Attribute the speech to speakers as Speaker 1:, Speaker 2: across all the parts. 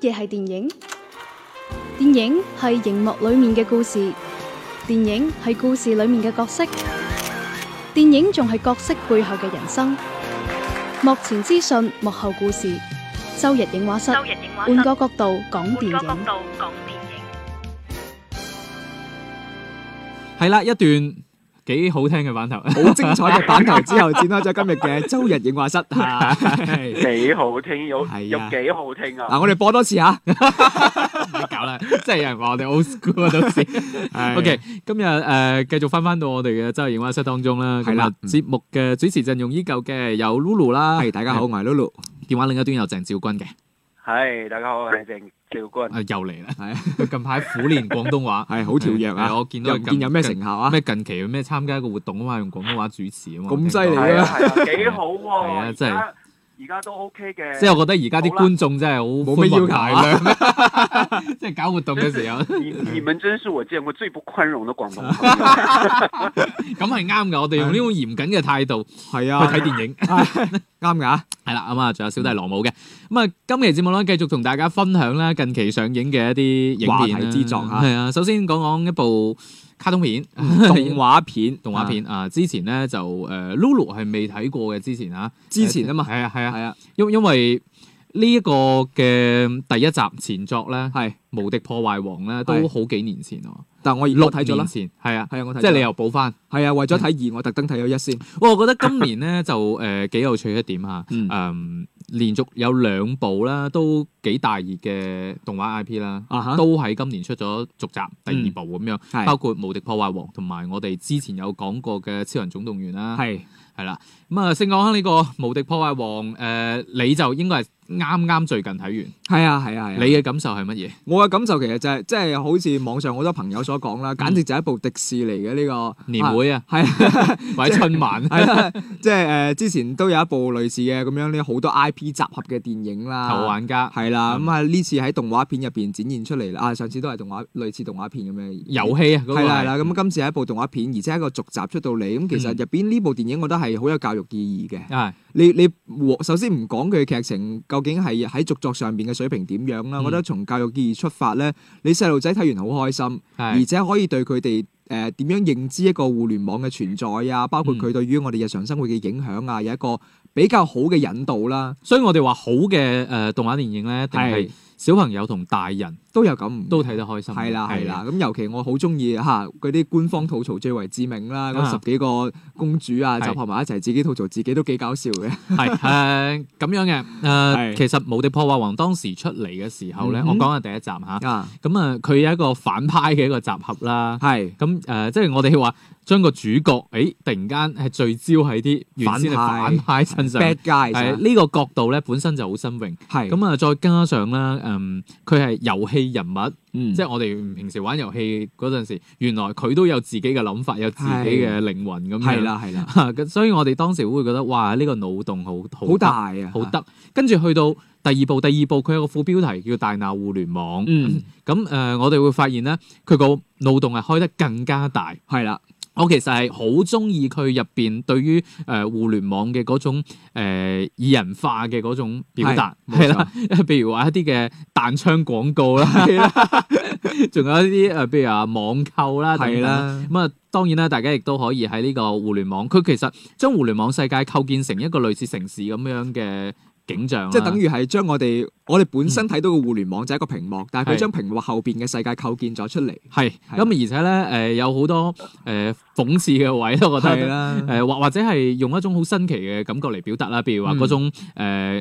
Speaker 1: 嘢係電影？電影係熒幕裏面嘅故事，電影係故事裏面嘅角色，電影仲係角色背後嘅人生。幕前資訊，幕後故事。周日映畫室，
Speaker 2: 周日映畫室
Speaker 1: 換個角度講電
Speaker 2: 換個角
Speaker 1: 影。
Speaker 2: 度講電影。
Speaker 3: 係啦，一段幾好聽嘅版頭。
Speaker 4: 好精彩嘅版頭之後，展開咗今日嘅周日影 畫室嚇。係
Speaker 5: 幾好聽，有
Speaker 4: 係啊
Speaker 5: 有幾好聽啊！
Speaker 4: 嗱，我哋播多次嚇。
Speaker 3: 唔好搞啦，即係有人話我哋 old school 啊，到 時。
Speaker 4: 係
Speaker 3: OK，今日呃誒繼續翻翻到我哋嘅周日影畫室當中啦。
Speaker 4: 係啦嗯
Speaker 3: 咁啊節目嘅主持陣容依舊嘅有 Lulu 啦，
Speaker 4: 係大家好，我係 Lulu。
Speaker 3: 電話另一端有鄭少君嘅，
Speaker 5: 係大家好，我係鄭 兆君。
Speaker 3: 啊又嚟啦，
Speaker 4: 係
Speaker 3: 佢近排苦練廣東 話，
Speaker 4: 係好跳躍啊！
Speaker 3: 哎係我見到
Speaker 4: 又
Speaker 3: 佢
Speaker 4: 唔
Speaker 3: 近
Speaker 4: 見有咩成效啊？
Speaker 3: 咩近期咩參加一個活動啊嘛，用廣東話主持啊嘛。
Speaker 4: 咁犀利
Speaker 5: 係
Speaker 4: 啊
Speaker 5: 啊係啊，幾好
Speaker 3: 係
Speaker 5: 喎！
Speaker 3: 啊
Speaker 5: 而
Speaker 3: 真係
Speaker 5: 家而家都 OK 嘅。
Speaker 3: 即係我覺得而家啲
Speaker 5: 好啦
Speaker 3: 觀眾真係好
Speaker 4: 冇咩要求啊
Speaker 3: 求量， 即係搞活動嘅時候，
Speaker 5: 你你們真是我見過最不寬容的廣東朋友。
Speaker 3: 咁係啱嘅。我哋用呢種嚴謹嘅態度去
Speaker 4: 係啊，
Speaker 3: 睇電影。
Speaker 4: 啱 㗎啊
Speaker 3: 係啦，咁啊，仲有小弟羅姆嘅。咁啊，今期節目咧，繼續同大家分享啦，近期上映嘅一啲影片
Speaker 4: 話
Speaker 3: 啦
Speaker 4: 題之作啊
Speaker 3: 係啊，首先講講一部卡通片，
Speaker 4: 動畫片，
Speaker 3: 動畫片啊。之前咧就誒 Lulu 係未睇過嘅，之前啊，
Speaker 4: 之前啊嘛
Speaker 3: 係啊係
Speaker 4: 係
Speaker 3: 啊，
Speaker 4: 啊，
Speaker 3: 因因為呢一個嘅第一集前作咧，係
Speaker 4: 係。
Speaker 3: 《無敵破壞王》咧，都
Speaker 4: 係
Speaker 3: 好幾年前喎，
Speaker 4: 但我而
Speaker 3: 六
Speaker 4: 我睇咗啦
Speaker 3: 年，前係啊，
Speaker 4: 係啊，我睇咗啦。
Speaker 3: 即係你又嗯補翻。
Speaker 4: 係啊，為咗睇二，我特登睇咗一先。
Speaker 3: 哇我覺得今年咧就誒幾有趣一點嚇，
Speaker 4: 嗯
Speaker 3: 誒連續有兩部啦，都幾大熱嘅動畫 IP 啦。
Speaker 4: 啊哈，
Speaker 3: 都喺今年出咗續集第二部咁樣，
Speaker 4: 係
Speaker 3: 包括《無敵破壞王》同埋我哋之前有講過嘅《超人總動員》啦，
Speaker 4: 係
Speaker 3: 係啦。咁啊，先講下呢個《無敵破壞王》，誒你就應該係啱啱最近睇完，
Speaker 4: 係啊係啊係啊。
Speaker 3: 你嘅感受係乜嘢？
Speaker 4: 我嘅感受其實就係即係好似網上好多朋友所講啦，簡直就係一部迪士尼嘅呢個
Speaker 3: 嗯年會啊，
Speaker 4: 啊。係啊。
Speaker 3: 或者春 晚，
Speaker 4: 係啦，即係誒、呃之前都有一部類似嘅咁樣呢，好多 IP 集合嘅電影啦。
Speaker 3: 頭啊玩家。
Speaker 4: 係啦，
Speaker 3: 嗯
Speaker 4: 咁啊呢次喺動畫片入邊展現出嚟啦。啊，上次都係動畫類似動畫片咁樣
Speaker 3: 遊戲啊，嗰個
Speaker 4: 係啦係
Speaker 3: 係
Speaker 4: 啦，咁今次係一部動畫片，而且係一個續集出到嚟，咁其實
Speaker 3: 嗯
Speaker 4: 入邊呢部電影我覺得係好有教育意義嘅。
Speaker 3: 啊，
Speaker 4: 你你首先唔講佢劇情究竟係喺續作上邊嘅水平點樣啦，
Speaker 3: 嗯
Speaker 4: 我覺得從教育意義出發咧，你細路仔睇完好開心，而
Speaker 3: 係
Speaker 4: 且可以對佢哋誒點樣認知一個互聯網嘅存在啊，包括
Speaker 3: 嗯
Speaker 4: 佢對於我哋日常生活嘅影響啊，有一個比較好嘅引導啦。
Speaker 3: 所以我哋話好嘅呃誒動畫電影咧，一定係
Speaker 4: 係
Speaker 3: 小朋友同大人
Speaker 4: 都有咁
Speaker 3: 都睇得開心。
Speaker 4: 係啦係啦，咁尤其我好中意嚇嗰啲官方吐槽最為致命啦，
Speaker 3: 啊
Speaker 4: 嗰十幾個公主啊
Speaker 3: 係
Speaker 4: 集合埋一齊，自己吐槽自己都幾搞笑嘅。
Speaker 3: 係，係誒呃咁樣嘅誒，
Speaker 4: 係
Speaker 3: 其實《無敵破壞王》當時出嚟嘅時候咧，
Speaker 4: 嗯哼
Speaker 3: 我講下第一集嚇，
Speaker 4: 啊，
Speaker 3: 咁啊佢有一個反派嘅一個集合啦。
Speaker 4: 係
Speaker 3: 咁誒、即係我哋話將個主角，誒、突然間係聚焦喺啲原先係反
Speaker 4: 反
Speaker 3: 派身上，
Speaker 4: bad 啊
Speaker 3: 係
Speaker 4: guy
Speaker 3: 呢個角度咧本身就好新穎。
Speaker 4: 係
Speaker 3: 咁啊，再加上啦，誒，佢係遊戲人物，
Speaker 4: 嗯
Speaker 3: 即係我哋平時玩遊戲嗰陣時，原來佢都有自己嘅諗法，有自己嘅靈魂咁樣。
Speaker 4: 係，啦嗯係啦，
Speaker 3: 咁 所以我哋當時會覺得，哇！呢個腦洞好
Speaker 4: 好
Speaker 3: 得
Speaker 4: 大啊，
Speaker 3: 好得。跟住去到第二部，第二部佢有個副標題叫《大鬧互聯網》。
Speaker 4: 嗯
Speaker 3: 咁誒、呃我哋會發現咧，佢個腦洞係開得更加大。
Speaker 4: 係啦，
Speaker 3: 我其實係好中意佢入邊對於誒、呃互聯網嘅嗰種誒擬、人化嘅嗰種表達，
Speaker 4: 係冇錯
Speaker 3: 係啦， 譬如話一啲嘅彈窗廣告 啦，係啦，仲有一啲誒，呃譬如話網購啦，
Speaker 4: 係
Speaker 3: 等等啦。
Speaker 4: 啦，
Speaker 3: 咁啊，當然啦，大家亦都可以喺呢個互聯網，佢其實將互聯網世界構建成一個類似城市咁樣嘅景象啦，
Speaker 4: 即係等於係將我哋我哋本身睇到嘅互聯網就係一個屏幕，
Speaker 3: 嗯
Speaker 4: 但係
Speaker 3: 係
Speaker 4: 佢將屏幕後邊嘅世界構建咗出嚟，
Speaker 3: 係
Speaker 4: 係
Speaker 3: 咁，而且咧誒、有好多誒、諷刺嘅位咯，我覺
Speaker 4: 係啊
Speaker 3: 得。
Speaker 4: 啦，
Speaker 3: 誒呃或或者係用一種好新奇嘅感覺嚟表達啦，譬如
Speaker 4: 嗯
Speaker 3: 話嗰種誒誒、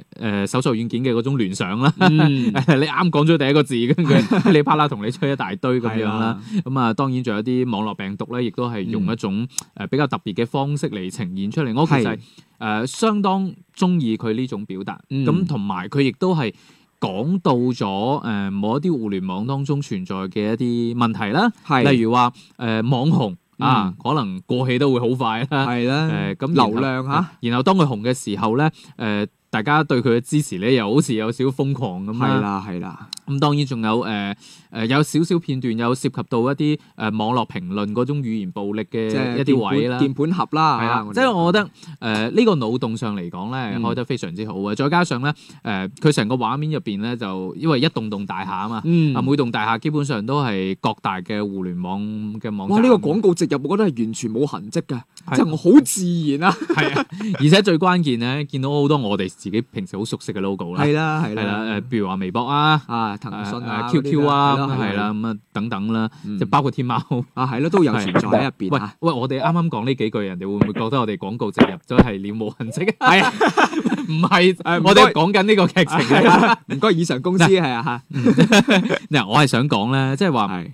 Speaker 3: 手術軟件嘅嗰種聯想啦。
Speaker 4: 嗯
Speaker 3: 你啱講咗第一個字，跟住 你啪啦同你吹一大堆咁樣啦。，咁啊，當然仲有啲網絡病毒咧，亦都係用一種誒比較特別嘅方式嚟呈現出嚟。我其實係
Speaker 4: 嗯係
Speaker 3: 誒相當中意佢呢種表達，
Speaker 4: 嗯
Speaker 3: 咁同埋佢亦都係講到咗誒某一啲互聯網當中存在嘅一啲問題啦，
Speaker 4: 係
Speaker 3: 例如話誒網紅啊
Speaker 4: 嗯，
Speaker 3: 可能過氣都會好快啦。
Speaker 4: 係啦，
Speaker 3: 啊呃誒咁然後啊
Speaker 4: 呃流量嚇，啊
Speaker 3: 然後當佢紅嘅時候咧，誒、呃大家對佢嘅支持咧，又好似有少少瘋狂咁啊
Speaker 4: 係
Speaker 3: 啦。
Speaker 4: 啦係啦，
Speaker 3: 咁當然仲有誒誒、呃呃有少少片段有涉及到一啲誒、呃、網絡評論嗰種語言暴力嘅
Speaker 4: 即係
Speaker 3: 一啲位啦。
Speaker 4: 鍵盤盒啦，
Speaker 3: 係啊
Speaker 4: 啊，
Speaker 3: 即係我覺得誒呢、個腦洞上嚟講咧，
Speaker 4: 嗯
Speaker 3: 開得非常之好啊！再加上咧誒，佢、成個畫面入邊咧，就因為一棟棟大廈啊嘛，
Speaker 4: 嗯
Speaker 3: 啊、每棟大廈基本上都係各大嘅互聯網嘅網站。
Speaker 4: 哇！呢個廣告植入，我覺得係完全冇痕跡嘅，
Speaker 3: 啊係
Speaker 4: 即係我好自然啊。
Speaker 3: 係啊，而且最關鍵咧，見到好多我哋自己平時好熟悉嘅 logo 啦，
Speaker 4: 係啦係
Speaker 3: 係啦
Speaker 4: 啦，
Speaker 3: 誒，譬如話微博啊。
Speaker 4: 啊騰訊啊
Speaker 3: 誒誒 QQ 啊，
Speaker 4: 嗰啲
Speaker 3: 咁
Speaker 4: 啦
Speaker 3: 係啦，，咁啊等等啦，
Speaker 4: 嗯
Speaker 3: 即係包括天貓。
Speaker 4: 啊係啦，都有存在喺入邊
Speaker 3: 喂
Speaker 4: 啊。
Speaker 3: 喂，我哋啱啱講呢幾句，人哋會唔會覺得我哋廣告植入咗係了無痕跡？ 係啊， 唔係
Speaker 4: 誒，唔該
Speaker 3: 我哋講緊呢個劇情
Speaker 4: 係
Speaker 3: 啊。
Speaker 4: 啦 唔該，以上公司係啊
Speaker 3: 嗱，我係想講咧，即係
Speaker 4: 嚇，
Speaker 3: 話
Speaker 4: 係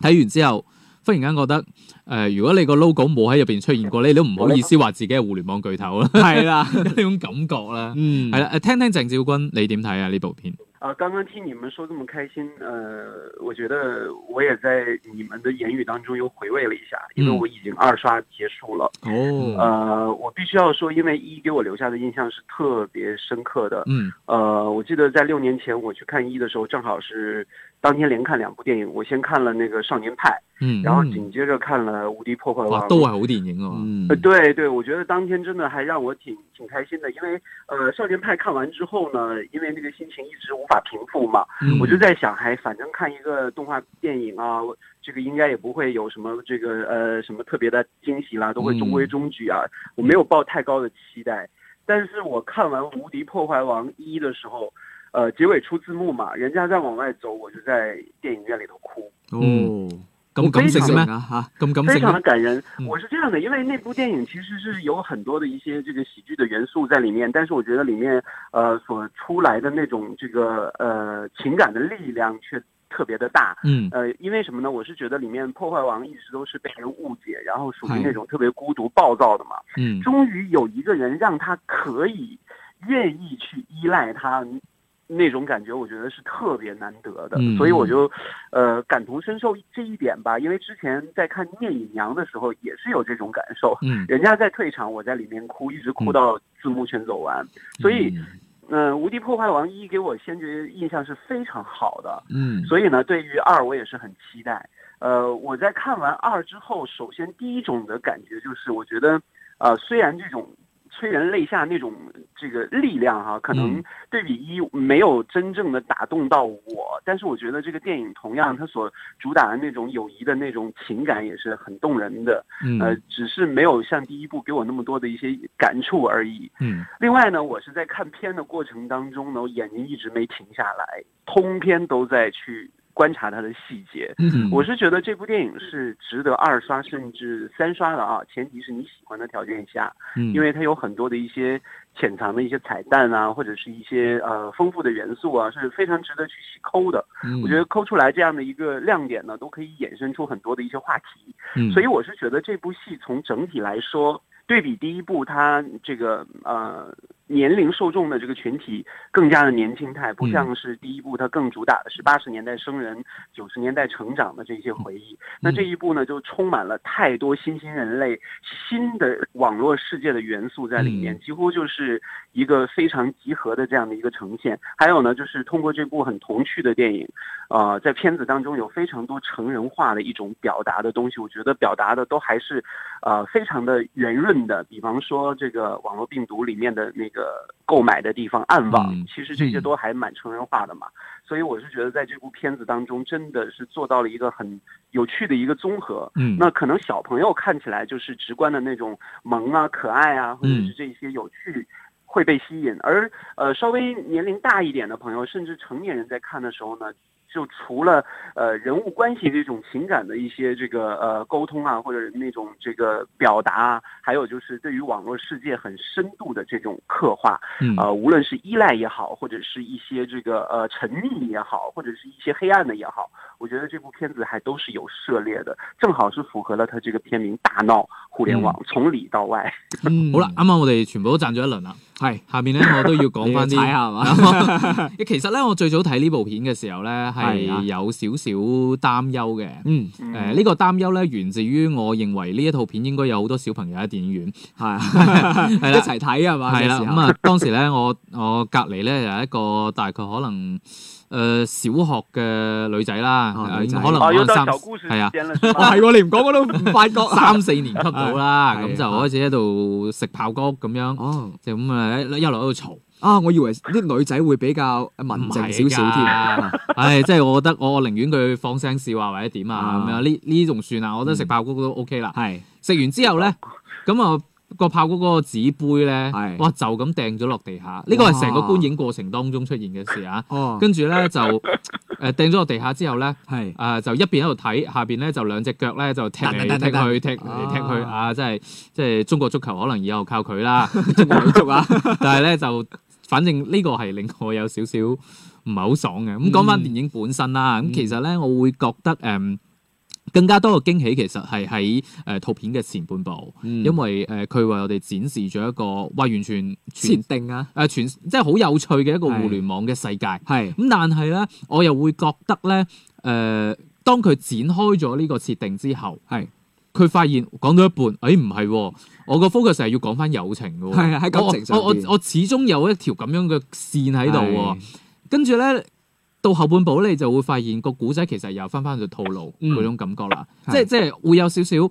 Speaker 3: 睇完之後，忽然間覺得誒，如果你個 logo 冇喺入邊出現過咧，你都唔好意思話自己係互聯網巨頭啦，
Speaker 4: 係啦，
Speaker 3: 有呢種感覺啦。
Speaker 4: 嗯
Speaker 3: 係啦，誒，聽聽鄭照君你點睇啊？呢部片
Speaker 5: 啊，刚刚听你们说这么开心，呃，我觉得我也在你们的言语当中又回味了一下，因为
Speaker 3: 嗯
Speaker 5: 我已经二刷结束了。
Speaker 4: 哦，
Speaker 5: 呃，我必须要说，因为一给我留下的印象是特别深刻的。
Speaker 3: 嗯
Speaker 5: 呃，我记得在六年前我去看一的时候，正好是当天连看两部电影，我先看了那个《少年派》，
Speaker 3: 嗯，啊
Speaker 5: 然后紧接着看了《无敌破坏王
Speaker 3: 哇，》。都係好電影喎。
Speaker 4: 嗯
Speaker 5: 呃，对对，我觉得当天真的还让我挺挺开心的，因为呃，《少年派》看完之后呢，因为那个心情一直无法平复嘛，
Speaker 3: 嗯
Speaker 5: 我就在想，还反正看一个动画电影啊，我这个应该也不会有什么这个呃什么特别的惊喜啦，都会中
Speaker 3: 嗯
Speaker 5: 规中矩啊。我没有抱太高的期待，但是我看完《无敌破坏王一》的时候，呃，结尾出字幕嘛，人家在往外走，我就在电影院里头哭，
Speaker 4: 哦，
Speaker 3: 嗯咁感性嘅咩？
Speaker 4: 啊嚇，
Speaker 3: 咁感
Speaker 5: 非
Speaker 3: 性
Speaker 5: 常的
Speaker 3: 咩？
Speaker 5: 感人
Speaker 3: 嗯。
Speaker 5: 我是这样的，因为那部电影其实是有很多的一些这个喜剧的元素在里面，但是我觉得里面呃所出来的那种这个呃情感的力量却特别的大。
Speaker 3: 嗯
Speaker 5: 呃，因为什么呢？我是觉得里面破坏王一直都是被人误解，然后属于
Speaker 4: 是
Speaker 5: 那种特别孤独暴躁的嘛。
Speaker 3: 嗯
Speaker 5: 终于有一个人让他可以愿意去依赖他，那种感觉，我觉得是特别难得的。
Speaker 3: 嗯
Speaker 5: 所以我就，呃，感同身受这一点吧。因为之前在看《聂隐娘》的时候，也是有这种感受。
Speaker 3: 嗯，
Speaker 5: 人家在退场，我在里面哭，一直哭到字幕全走完。所以，嗯、无敌破坏王一》给我先觉印象是非常好的。
Speaker 3: 嗯
Speaker 5: 所以呢，对于二我也是很期待。呃，我在看完二之后，首先第一种的感觉就是，我觉得，呃，虽然这种催人泪下那种这个力量哈、可能
Speaker 3: 嗯
Speaker 5: 对比一没有真正的打动到我，但是我觉得这个电影同样它所主打的那种友谊的那种情感也是很动人的。
Speaker 3: 嗯
Speaker 5: 呃，只是没有像第一部给我那么多的一些感触而已。
Speaker 3: 嗯
Speaker 5: 另外呢，我是在看片的过程当中呢，我眼睛一直没停下来，通篇都在去观察它的细节。
Speaker 3: 嗯，
Speaker 5: 我是觉得这部电影是值得二刷甚至三刷的啊，前提是你喜欢的条件下，
Speaker 3: 嗯
Speaker 5: 因为它有很多的一些潜藏的一些彩蛋啊，或者是一些呃丰富的元素啊，是非常值得去细抠的。
Speaker 3: 嗯
Speaker 5: 我觉得抠出来这样的一个亮点呢，都可以衍生出很多的一些话题。
Speaker 3: 得
Speaker 5: 所
Speaker 3: 以
Speaker 5: 以我是觉得这部戏从整体来说，对比第一部，它这个呃年龄受众的这个群体更加的年轻态，不
Speaker 3: 嗯
Speaker 5: 像是第一部它更主打的是八十年代生人、九十年代成长的这些回
Speaker 3: 嗯
Speaker 5: 忆。那这一部呢，就充满了太多新兴人类、新的网络世界的元素在里面
Speaker 3: 嗯，
Speaker 5: 几乎就是一个非常集合的这样的一个呈现。还有呢，就是通过这部很童趣的电影，呃，在片子当中有非常多成人化的一种表达的东西，我觉得表达的都还是，呃，非常的圆润的。比方说这个网络病毒里面的那个购买的地方暗网，
Speaker 3: 嗯
Speaker 5: 其实这些
Speaker 3: 嗯
Speaker 5: 都还蛮成人化的嘛。所以我是觉得在这部片子当中，真的是做到了一个很有趣的一个综合。
Speaker 3: 嗯
Speaker 5: 那可能小朋友看起来就是直观的那种萌啊、可爱啊，或者是这些有趣。会被吸引，而呃稍微年龄大一点的朋友，甚至成年人在看的时候呢，就除了呃人物关系这种情感的一些这个呃沟通啊，或者那种这个表达啊，还有就是对于网络世界很深度的这种刻画，
Speaker 3: 嗯
Speaker 5: 呃，无论是依赖也好，或者是一些这个呃沉溺也好，或者是一些黑暗的也好，我觉得这部片子还都是有涉猎的，正好是符合了它这个片名“大闹互联网”，从里到外。
Speaker 3: 嗯好
Speaker 4: 嗯
Speaker 3: 啦，，啱啱我哋全部都讚咗一輪啦，
Speaker 4: 係
Speaker 3: 下面咧我都要講
Speaker 4: 講
Speaker 3: 翻
Speaker 4: 翻
Speaker 3: 啲啊
Speaker 4: 啲踩下係嘛，
Speaker 3: 其實咧，我最早睇呢部片嘅時候咧，係係
Speaker 4: 係啊
Speaker 3: 有少少擔憂嘅。
Speaker 4: 嗯，
Speaker 3: 誒
Speaker 5: 嗯
Speaker 3: 呢、個擔憂咧，源自於我認為呢一套片應該有好多小朋友喺電影 院，
Speaker 4: 係
Speaker 3: 啊係
Speaker 4: 一
Speaker 3: 啦，
Speaker 4: 齊睇係嘛？
Speaker 3: 係啦。
Speaker 4: 有時
Speaker 3: 咁
Speaker 4: 候，
Speaker 3: 啊，當時咧，我我隔離咧有一個大概可能誒、呃小學嘅女仔啦，
Speaker 4: 哦
Speaker 3: 呃
Speaker 4: 女仔
Speaker 3: 可能
Speaker 5: 哦，
Speaker 3: 可
Speaker 5: 有
Speaker 3: 能
Speaker 5: 到
Speaker 3: 三
Speaker 5: 小故事
Speaker 3: 係啊
Speaker 5: 时。间了，是
Speaker 4: 哦
Speaker 5: 吧？
Speaker 4: 係喎，你唔講我都唔發覺。
Speaker 3: 三四年級到 啦，
Speaker 4: 係
Speaker 3: 咁就開始喺度食爆谷咁樣，
Speaker 4: 哦
Speaker 3: 就咁啊一一路喺度嘈，
Speaker 4: 啊，我以為啲女仔會比較文靜少少添。
Speaker 3: 唔係㗎。唉，即係我覺得我寧願佢放聲笑啊，或者點啊
Speaker 4: 啊
Speaker 3: 咁樣，呢呢仲算啊，我覺得食
Speaker 4: 嗯
Speaker 3: 爆谷都 OK 啦。
Speaker 4: 係
Speaker 3: 食完之後咧，咁啊個炮谷嗰個紙杯咧
Speaker 4: 係，
Speaker 3: 哇就咁掟咗落地下，呢個係成個觀影過程當中出現嘅事啊。
Speaker 4: 哦，
Speaker 3: 跟住咧就 誒掟咗落地下之後咧，
Speaker 4: 係
Speaker 3: 誒、就一邊喺度睇，下邊咧就兩隻腳咧就踢嚟
Speaker 4: 蹬蹬
Speaker 3: 踢
Speaker 4: 蹬蹬
Speaker 3: 去，踢嚟踢去
Speaker 4: 啊
Speaker 3: 啊！真係即係中國足球可能以後靠佢啦，
Speaker 4: 中國女足啊，
Speaker 3: 但係咧就反正呢個係令我有少少唔係好爽嘅。咁講翻
Speaker 4: 嗯
Speaker 3: 電影本身啦，咁、
Speaker 4: 嗯
Speaker 3: 其實咧我會覺得誒。嗯更加多嘅驚喜其實係喺誒套片嘅前半部，因
Speaker 4: 因
Speaker 3: 為誒佢為我哋展示咗一個哇完全全
Speaker 4: 設
Speaker 3: 誒、
Speaker 4: 定啊，
Speaker 3: 全即係好有趣嘅一個
Speaker 4: 係
Speaker 3: 互聯網嘅世界。
Speaker 4: 係
Speaker 3: 咁但係咧，我又會覺得咧，誒、當佢展開咗呢個設定之後，
Speaker 4: 係
Speaker 3: 佢發現講到一半，誒唔係喎，我個 focus 係要講翻友情嘅喎，
Speaker 4: 係喺感情上
Speaker 3: 我我我
Speaker 4: 邊
Speaker 3: 我始終有一條咁樣嘅線喺度喎，，跟住咧。到後半部咧，你就會發現個古仔其實又翻翻到套路
Speaker 4: 嗯
Speaker 3: 嗰種感覺啦，
Speaker 4: 係
Speaker 3: 即係即係會有少少誒、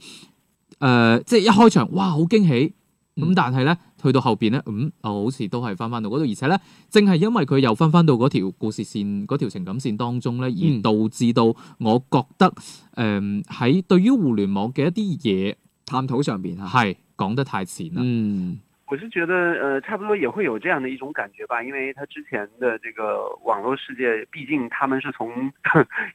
Speaker 3: 呃即係一開場哇好驚喜，咁
Speaker 4: 嗯
Speaker 3: 但係咧，去到後邊咧，嗯，哦，好似都係翻翻到嗰度，而且咧，正係因為佢又翻翻到嗰條故事線、嗰條情感線當中咧，而
Speaker 4: 嗯
Speaker 3: 導致到我覺得，誒、呃喺對於互聯網嘅一啲嘢
Speaker 4: 探討上邊嚇，
Speaker 3: 係講得太淺啦。
Speaker 4: 嗯
Speaker 5: 我是觉得，呃，差不多也会有这样的一种感觉吧，因为他之前的这个网络世界，毕竟他们是从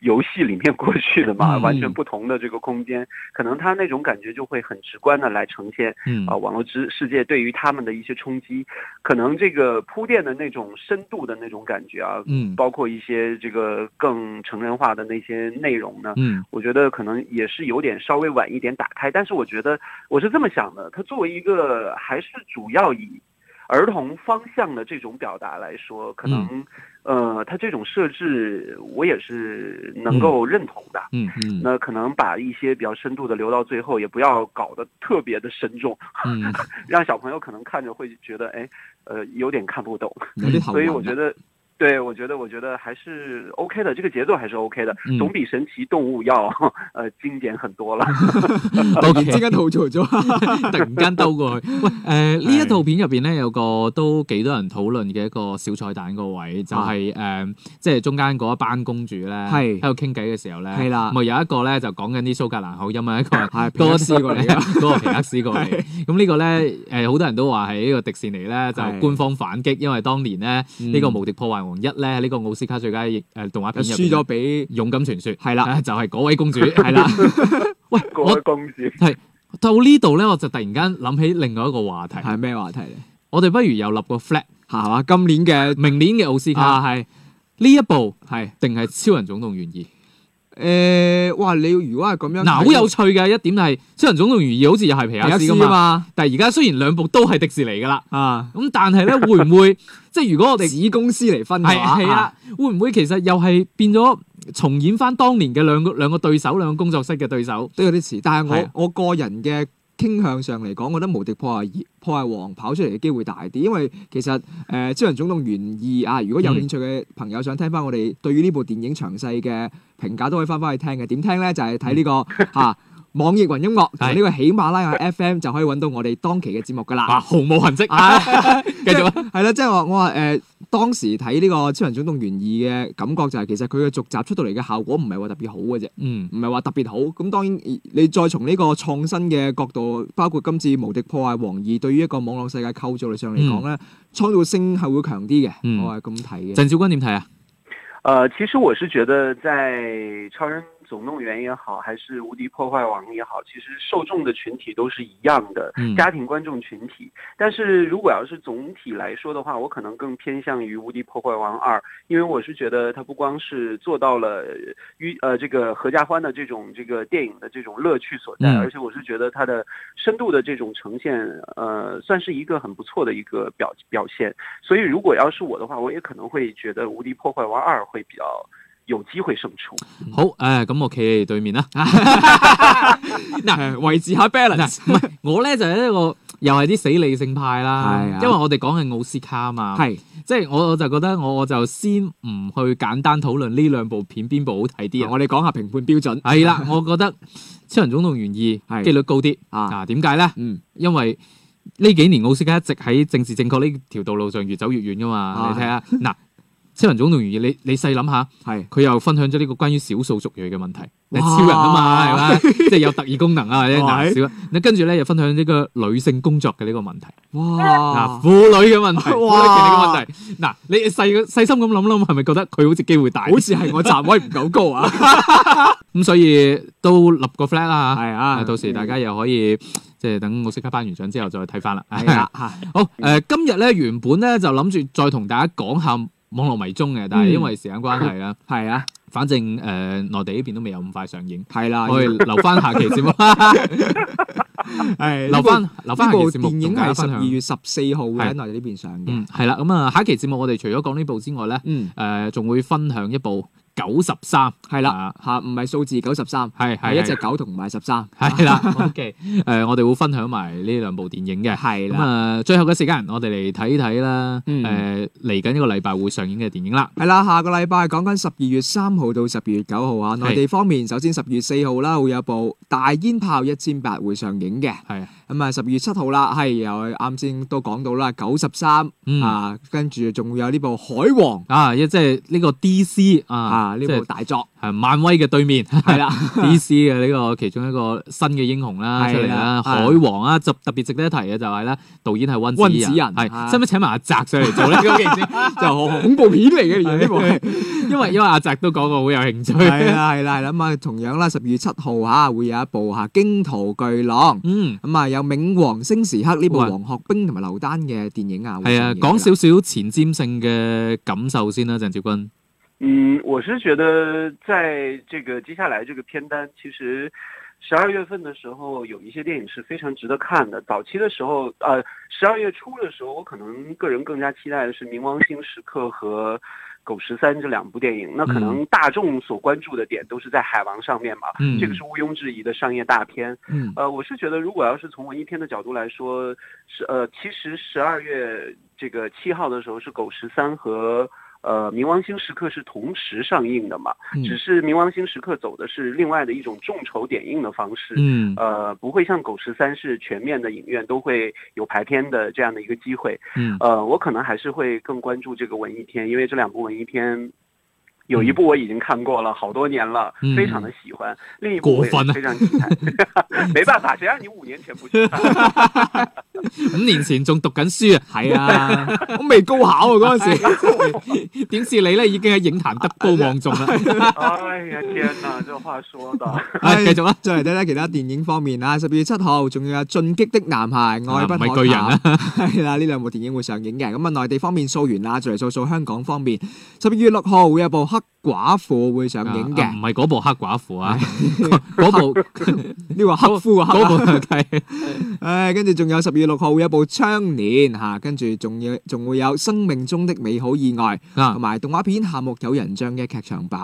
Speaker 5: 游戏里面过去的嘛，
Speaker 3: 嗯
Speaker 5: 完全不同的这个空间，可能他那种感觉就会很直观的来呈现
Speaker 3: 嗯
Speaker 5: 啊、，网络之世界对于他们的一些冲击，可能这个铺垫的那种深度的那种感觉啊，
Speaker 3: 嗯
Speaker 5: 包括一些这个更成人化的那些内容呢，
Speaker 3: 嗯
Speaker 5: 我觉得可能也是有点稍微晚一点打开，但是我觉得我是这么想的，它作为一个还是主要以儿童方向的这种表达来说，
Speaker 3: 嗯
Speaker 5: 可能、呃，它这种设置我也是能够认同的。
Speaker 3: 嗯嗯
Speaker 5: 那可能把一些比较深度的留到最后，也不要搞得特别的深重，
Speaker 3: 嗯，
Speaker 5: 让小朋友可能看着会觉得，哎，呃，有点看不懂。
Speaker 4: 有啲頭暈啊，
Speaker 5: 嗯所以我觉得，对我觉得，我觉得还是 OK 的，这个节奏还是 OK 的，
Speaker 3: 嗯
Speaker 5: 总比神奇动物要 呃经典很 多了。
Speaker 3: o
Speaker 4: 突然
Speaker 3: k
Speaker 4: 之間吐槽咗，
Speaker 3: 突然間兜過去。喂，誒、呢一套片入邊咧有個都幾多人討論嘅一個小彩蛋個位，就係、誒、即係中間嗰一班公主咧，喺
Speaker 4: 啊係
Speaker 3: 度傾偈嘅時候咧，
Speaker 4: 係啦
Speaker 3: 咪有一個咧就講緊啲蘇格蘭口音啊，一個係
Speaker 4: 係
Speaker 3: 嗰
Speaker 4: 多
Speaker 3: 個
Speaker 4: 試過嚟㗎，
Speaker 3: 嗰個皮克斯 過嚟。咁呢個咧誒好多人都話係呢個迪士尼咧就
Speaker 4: 係
Speaker 3: 官方反擊，因為當年咧
Speaker 4: 嗯
Speaker 3: 呢、個《無敵破壞王一》咧呢個奧斯卡最佳誒動畫
Speaker 4: 又
Speaker 3: 片入
Speaker 4: 輸
Speaker 3: 邊
Speaker 4: 咗俾
Speaker 3: 勇敢傳說
Speaker 4: 係啦
Speaker 3: 啊 就係嗰位公主係 啦。喂，
Speaker 5: 各
Speaker 3: 我
Speaker 5: 位公子，
Speaker 3: 到呢度咧，我就突然間諗起另外一個話題。
Speaker 4: 係咩話題咧？
Speaker 3: 我哋不如又立個 flag，
Speaker 4: 係嘛？今年嘅
Speaker 3: 明年嘅奧斯卡
Speaker 4: 啊
Speaker 3: 係呢一部
Speaker 4: 係
Speaker 3: 定係《超人總動員二》？
Speaker 4: 誒，哇！你如果係咁樣睇，
Speaker 3: 嗱，好有趣嘅一點係《超人總動員二》好似又係皮
Speaker 4: 皮
Speaker 3: 亞
Speaker 4: 克
Speaker 3: 斯
Speaker 4: 斯
Speaker 3: 噶
Speaker 4: 啊
Speaker 3: 嘛，
Speaker 4: 嘛
Speaker 3: 但係而家雖然兩部都係迪士尼噶啦，
Speaker 4: 啊，
Speaker 3: 咁但係咧會唔 會即係如果我哋係
Speaker 4: 子公司嚟分嘅話
Speaker 3: 係啊啦，，會唔會其實又係變咗重演翻當年嘅兩個兩個對手，兩個工作室嘅對手？
Speaker 4: 都有啲似，但
Speaker 3: 係
Speaker 4: 係
Speaker 3: 啊
Speaker 4: 我我個人嘅傾向上嚟講，我覺得無敵破壞破壞王跑出嚟嘅機會大啲，因為其實誒呃《超人總動員二》啊，如果有
Speaker 3: 嗯
Speaker 4: 興趣嘅朋友想聽翻我哋對於呢部電影詳細嘅評價，都可以翻翻去聽嘅。點聽咧？就係睇呢
Speaker 3: 嗯
Speaker 4: 個 嚇網易雲音樂同
Speaker 3: 係
Speaker 4: 呢個喜馬拉雅 FM 就可以揾到我哋當期嘅節 目㗎
Speaker 3: 啊，
Speaker 4: 啦。
Speaker 3: 毫無痕跡
Speaker 4: 啊
Speaker 3: 啊！ 繼續啊，
Speaker 4: 係啦，即係話我話誒、呃，當時睇呢個《超人總動員二》嘅感覺就係、其實佢嘅續集出到嚟嘅效果唔係話特別好嘅啫。
Speaker 3: 嗯
Speaker 4: 唔係話特別好。咁當然，你再從呢個創新嘅角度，包括今次《無敵破壞王二》對於一個網絡世界構造力上嚟講咧，創造性係會強啲嘅。
Speaker 3: 嗯
Speaker 4: 我係咁睇嘅。
Speaker 3: 鄭少君點睇啊？
Speaker 5: 呃，其实我是觉得，在《超人总动员》也好，还是《无敌破坏王》也好，其实受众的群体都是一样的，
Speaker 3: 嗯
Speaker 5: 家庭观众群体。但是如果要是总体来说的话，我可能更偏向于《无敌破坏王二》，因为我是觉得它不光是做到了娱呃这个合家欢的这种这个电影的这种乐趣所在，
Speaker 3: 嗯
Speaker 5: 而且我是觉得它的深度的这种呈现，呃，算是一个很不错的一个表表现。所以如果要是我的话，我也可能会觉得《无敌破坏王二》会比较有机会胜出。
Speaker 4: 嗯
Speaker 3: 好，诶，咁我企你哋對 面啦。
Speaker 4: 嗱，維持下 balance。
Speaker 3: 唔係，我咧就係一個又係啲死理性派啦
Speaker 4: 係啊，
Speaker 3: 因為我哋講係奧斯卡嘛，
Speaker 4: 係
Speaker 3: 即係我我就覺得我我就先唔去簡單討論呢兩部片邊部好睇啲啊。
Speaker 4: 我哋講下評判標準。
Speaker 3: 係啦，我覺得《超人總動員二》
Speaker 4: 係
Speaker 3: 機率高啲
Speaker 4: 啊，
Speaker 3: 啊？點解咧？
Speaker 4: 嗯，
Speaker 3: 因為呢幾年奧斯卡一直喺政治正確呢條道路上越走越遠噶嘛。
Speaker 4: 啊
Speaker 3: 你睇下嗱，《超人總動員二》，你你細諗下。
Speaker 4: 係
Speaker 3: 佢又分享咗呢個關於少數族裔嘅問題，你
Speaker 4: 哇
Speaker 3: 超人啊嘛，係咪？ 即係有特異功能 啊，或者嗱
Speaker 4: 係
Speaker 3: 少。你跟住咧又分享呢個女性工作嘅呢個問題，嗱
Speaker 4: 哇，
Speaker 3: 婦女嘅問題，婦
Speaker 4: 哇
Speaker 3: 女權利嘅問題。嗱，你細細心咁諗諗，係咪覺得佢好似機會大？
Speaker 4: 好 似係我站位唔夠高啊。
Speaker 3: 咁，所以都立個 flag 啦嚇。
Speaker 4: 係
Speaker 3: 啊，
Speaker 4: 啊，
Speaker 3: 到時大家又可以即係等奧斯卡頒完獎之後再睇翻啦。
Speaker 4: 嗯係啦啊嚇，
Speaker 3: 好，誒、今日咧原本咧就諗住再同大家講下網絡迷蹤嘅，但係因為時間關係啦，
Speaker 4: 係啊，
Speaker 3: 反正誒、內地呢邊都未有咁快上映。
Speaker 4: 係啦，
Speaker 3: 我哋啊留翻下期節 目，
Speaker 4: 係
Speaker 3: 留翻留翻下
Speaker 4: 呢部
Speaker 3: 期節目
Speaker 4: 電
Speaker 3: 同
Speaker 4: 影
Speaker 3: 大家分
Speaker 4: 係十二
Speaker 3: 享。
Speaker 4: 月十四號會
Speaker 3: 係
Speaker 4: 喺內地呢邊上嘅。
Speaker 3: 嗯，係啦，咁啊，下一期節目我哋除咗講呢部之外咧，誒、
Speaker 4: 嗯，
Speaker 3: 仲會分享一部九十三，
Speaker 4: 係
Speaker 3: 啊
Speaker 4: 啦，嚇唔係數字九十三，
Speaker 3: 係係
Speaker 4: 係一隻狗同埋十三。
Speaker 3: 係 啦 ，OK，誒、我哋會分享埋呢兩部電影嘅。
Speaker 4: 係
Speaker 3: 咁
Speaker 4: 啦，
Speaker 3: 啊，最後嘅時間，我哋嚟睇睇啦，誒
Speaker 4: 嗯
Speaker 3: 嚟緊一個禮拜會上映嘅電影啦。
Speaker 4: 係啦，下個禮拜講緊十二月三號到十二月九號啊。內地方面，首先十二月四號啦，會有部《大煙炮一千八》會上映嘅。
Speaker 3: 係啊，
Speaker 4: 咁啊，十二月七號啦，係又啱先都講到啦，九十三
Speaker 3: 嗯啊，
Speaker 4: 啊，跟住仲會有呢部《海王》
Speaker 3: 即係呢個 DC 啊，
Speaker 4: 啊，呢
Speaker 3: 即
Speaker 4: 部
Speaker 3: 係
Speaker 4: 大作
Speaker 3: 係漫威嘅對面。
Speaker 4: 係 啦，
Speaker 3: DC 嘅呢個其中一個新嘅英雄啦出
Speaker 4: 係啦
Speaker 3: 嚟啦，
Speaker 4: 係
Speaker 3: 海王啊，就特別值得一提嘅就係咧，導演係温
Speaker 4: 温
Speaker 3: 子
Speaker 4: 子
Speaker 3: 仁，
Speaker 4: 仁
Speaker 3: 係
Speaker 4: 啊
Speaker 3: 使唔使請埋阿澤上嚟做咧？咁嘅意思
Speaker 4: 就恐怖片嚟嘅，而家 呢部係。
Speaker 3: 因為因為阿澤都講過好有興趣，
Speaker 4: 係啦係啦係啦，咁啊同樣啦，十二月七號嚇會有一部嚇《驚濤巨浪》，
Speaker 3: 嗯。
Speaker 4: 咁啊有《冥王星時刻》呢部
Speaker 3: 哇
Speaker 4: 黃學兵同埋劉丹嘅電影啊，
Speaker 3: 係啊，講少少前瞻性嘅感受先啦，鄭少君。
Speaker 5: 嗯，我是觉得在这个接下来这个片单，其实十二月份的时候有一些电影是非常值得看的。早期的时候，呃，十二月初的时候，我可能个人更加期待的是《冥王星时刻》和《狗十三》这两部电影。那可能大众所关注的点都是在海王上面嘛，
Speaker 3: 嗯
Speaker 5: 这个是毋庸置疑的商业大片。
Speaker 4: 嗯
Speaker 5: 呃，我是觉得，如果要是从文艺片的角度来说，是呃，其实十二月这个七号的时候是《狗十三》和呃《冥王星时刻》是同时上映的嘛，
Speaker 4: 嗯
Speaker 5: 只是《冥王星时刻》走的是另外的一种众筹点映的方式。
Speaker 3: 嗯
Speaker 5: 呃，不会像《狗十三》是全面的影院都会有排片的这样的一个机会。
Speaker 3: 嗯
Speaker 5: 呃，我可能还是会更关注这个文艺片，因为这两部文艺片，有一部我已经看过了，好多年了，
Speaker 3: 嗯
Speaker 5: 非常的喜欢；另一部我也
Speaker 3: 过分啊
Speaker 5: 非常期待。 没办法，谁让你五年前不去看？
Speaker 3: 五年前仲讀緊書啊，
Speaker 4: 係啊，我未高考啊嗰 陣時，
Speaker 3: 點知你咧已經喺影壇德高望重啦。
Speaker 5: 哎呀，天哪，这話說的。
Speaker 3: 啊，繼續啦，
Speaker 4: 再嚟睇睇其他電影方面啦，十二月七號仲有《進擊的男孩》《愛不
Speaker 3: 啊唔
Speaker 4: 可
Speaker 3: 係巨人啊
Speaker 4: 談》， 係啦，呢兩部電影會上映嘅。咁啊，內地方面掃完啦，再嚟掃掃香港方面，十二月六號會有部《黑寡婦》會上映
Speaker 3: 啊
Speaker 4: 嘅
Speaker 3: 唔，係嗰部黑寡婦啊，嗰部
Speaker 4: 呢個黑夫啊，黑
Speaker 3: 嗰部係
Speaker 4: 唉，跟住仲有十二月六號會有部《窗簾》嚇，跟住仲要仲會有《生命中的美好意外》
Speaker 3: 啊
Speaker 4: 同。埋動畫片《夏目友人帳》嘅劇場版，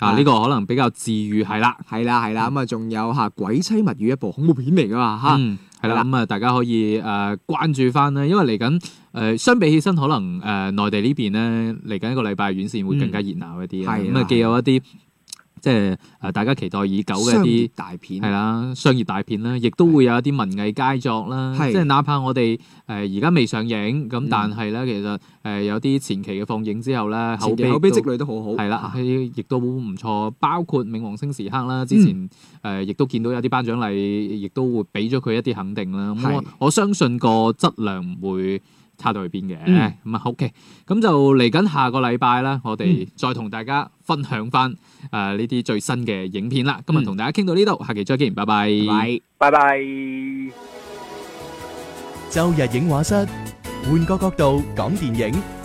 Speaker 3: 啊，呢個可能比較治愈係啦。
Speaker 4: 係啦係啦，咁啊仲有嚇《鬼妻物語》一部恐怖片嚟噶嘛嚇，
Speaker 3: 嗯，係
Speaker 4: 係
Speaker 3: 啦，
Speaker 4: 啦
Speaker 3: 咁啊，大家可以誒、呃、關注翻啦，因為嚟緊誒相比起身，可能誒、呃、內地呢邊咧嚟緊一個禮拜院線會更加熱鬧一啲啦
Speaker 4: 嗯係
Speaker 3: 咁啊
Speaker 4: 啦
Speaker 3: 既有一啲即係誒大家期待已久嘅
Speaker 4: 商
Speaker 3: 一
Speaker 4: 業
Speaker 3: 啲。
Speaker 4: 大片
Speaker 3: 係啦，商業大片啦，亦都會有一啲文藝佳作啦，
Speaker 4: 係
Speaker 3: 即係哪怕我哋誒而家未上映，咁
Speaker 4: 嗯
Speaker 3: 但係咧，其實誒、呃有啲前期嘅放映之後咧，
Speaker 4: 前期
Speaker 3: 後
Speaker 4: 口碑
Speaker 3: 都
Speaker 4: 積累都好好，
Speaker 3: 係啦，
Speaker 4: 嚇，
Speaker 3: 係亦都唔錯，包括《冥王星時刻》
Speaker 4: 嗯
Speaker 3: 啦，之前誒亦都見到有啲頒獎禮，亦都會俾咗佢一啲肯定啦。咁我
Speaker 4: 係
Speaker 3: 我相信個質量唔會差到去邊嘅。
Speaker 4: 嗯
Speaker 3: 咁啊，OK，咁就嚟緊下個禮拜啦，我
Speaker 4: 嗯
Speaker 3: 哋再同大家分享翻誒呢啲最新嘅影片啦。今日
Speaker 4: 嗯
Speaker 3: 同大家傾到呢度，下期再見，拜拜。
Speaker 4: 係。
Speaker 5: 拜拜。
Speaker 2: 周日影画室，換個角度講電影。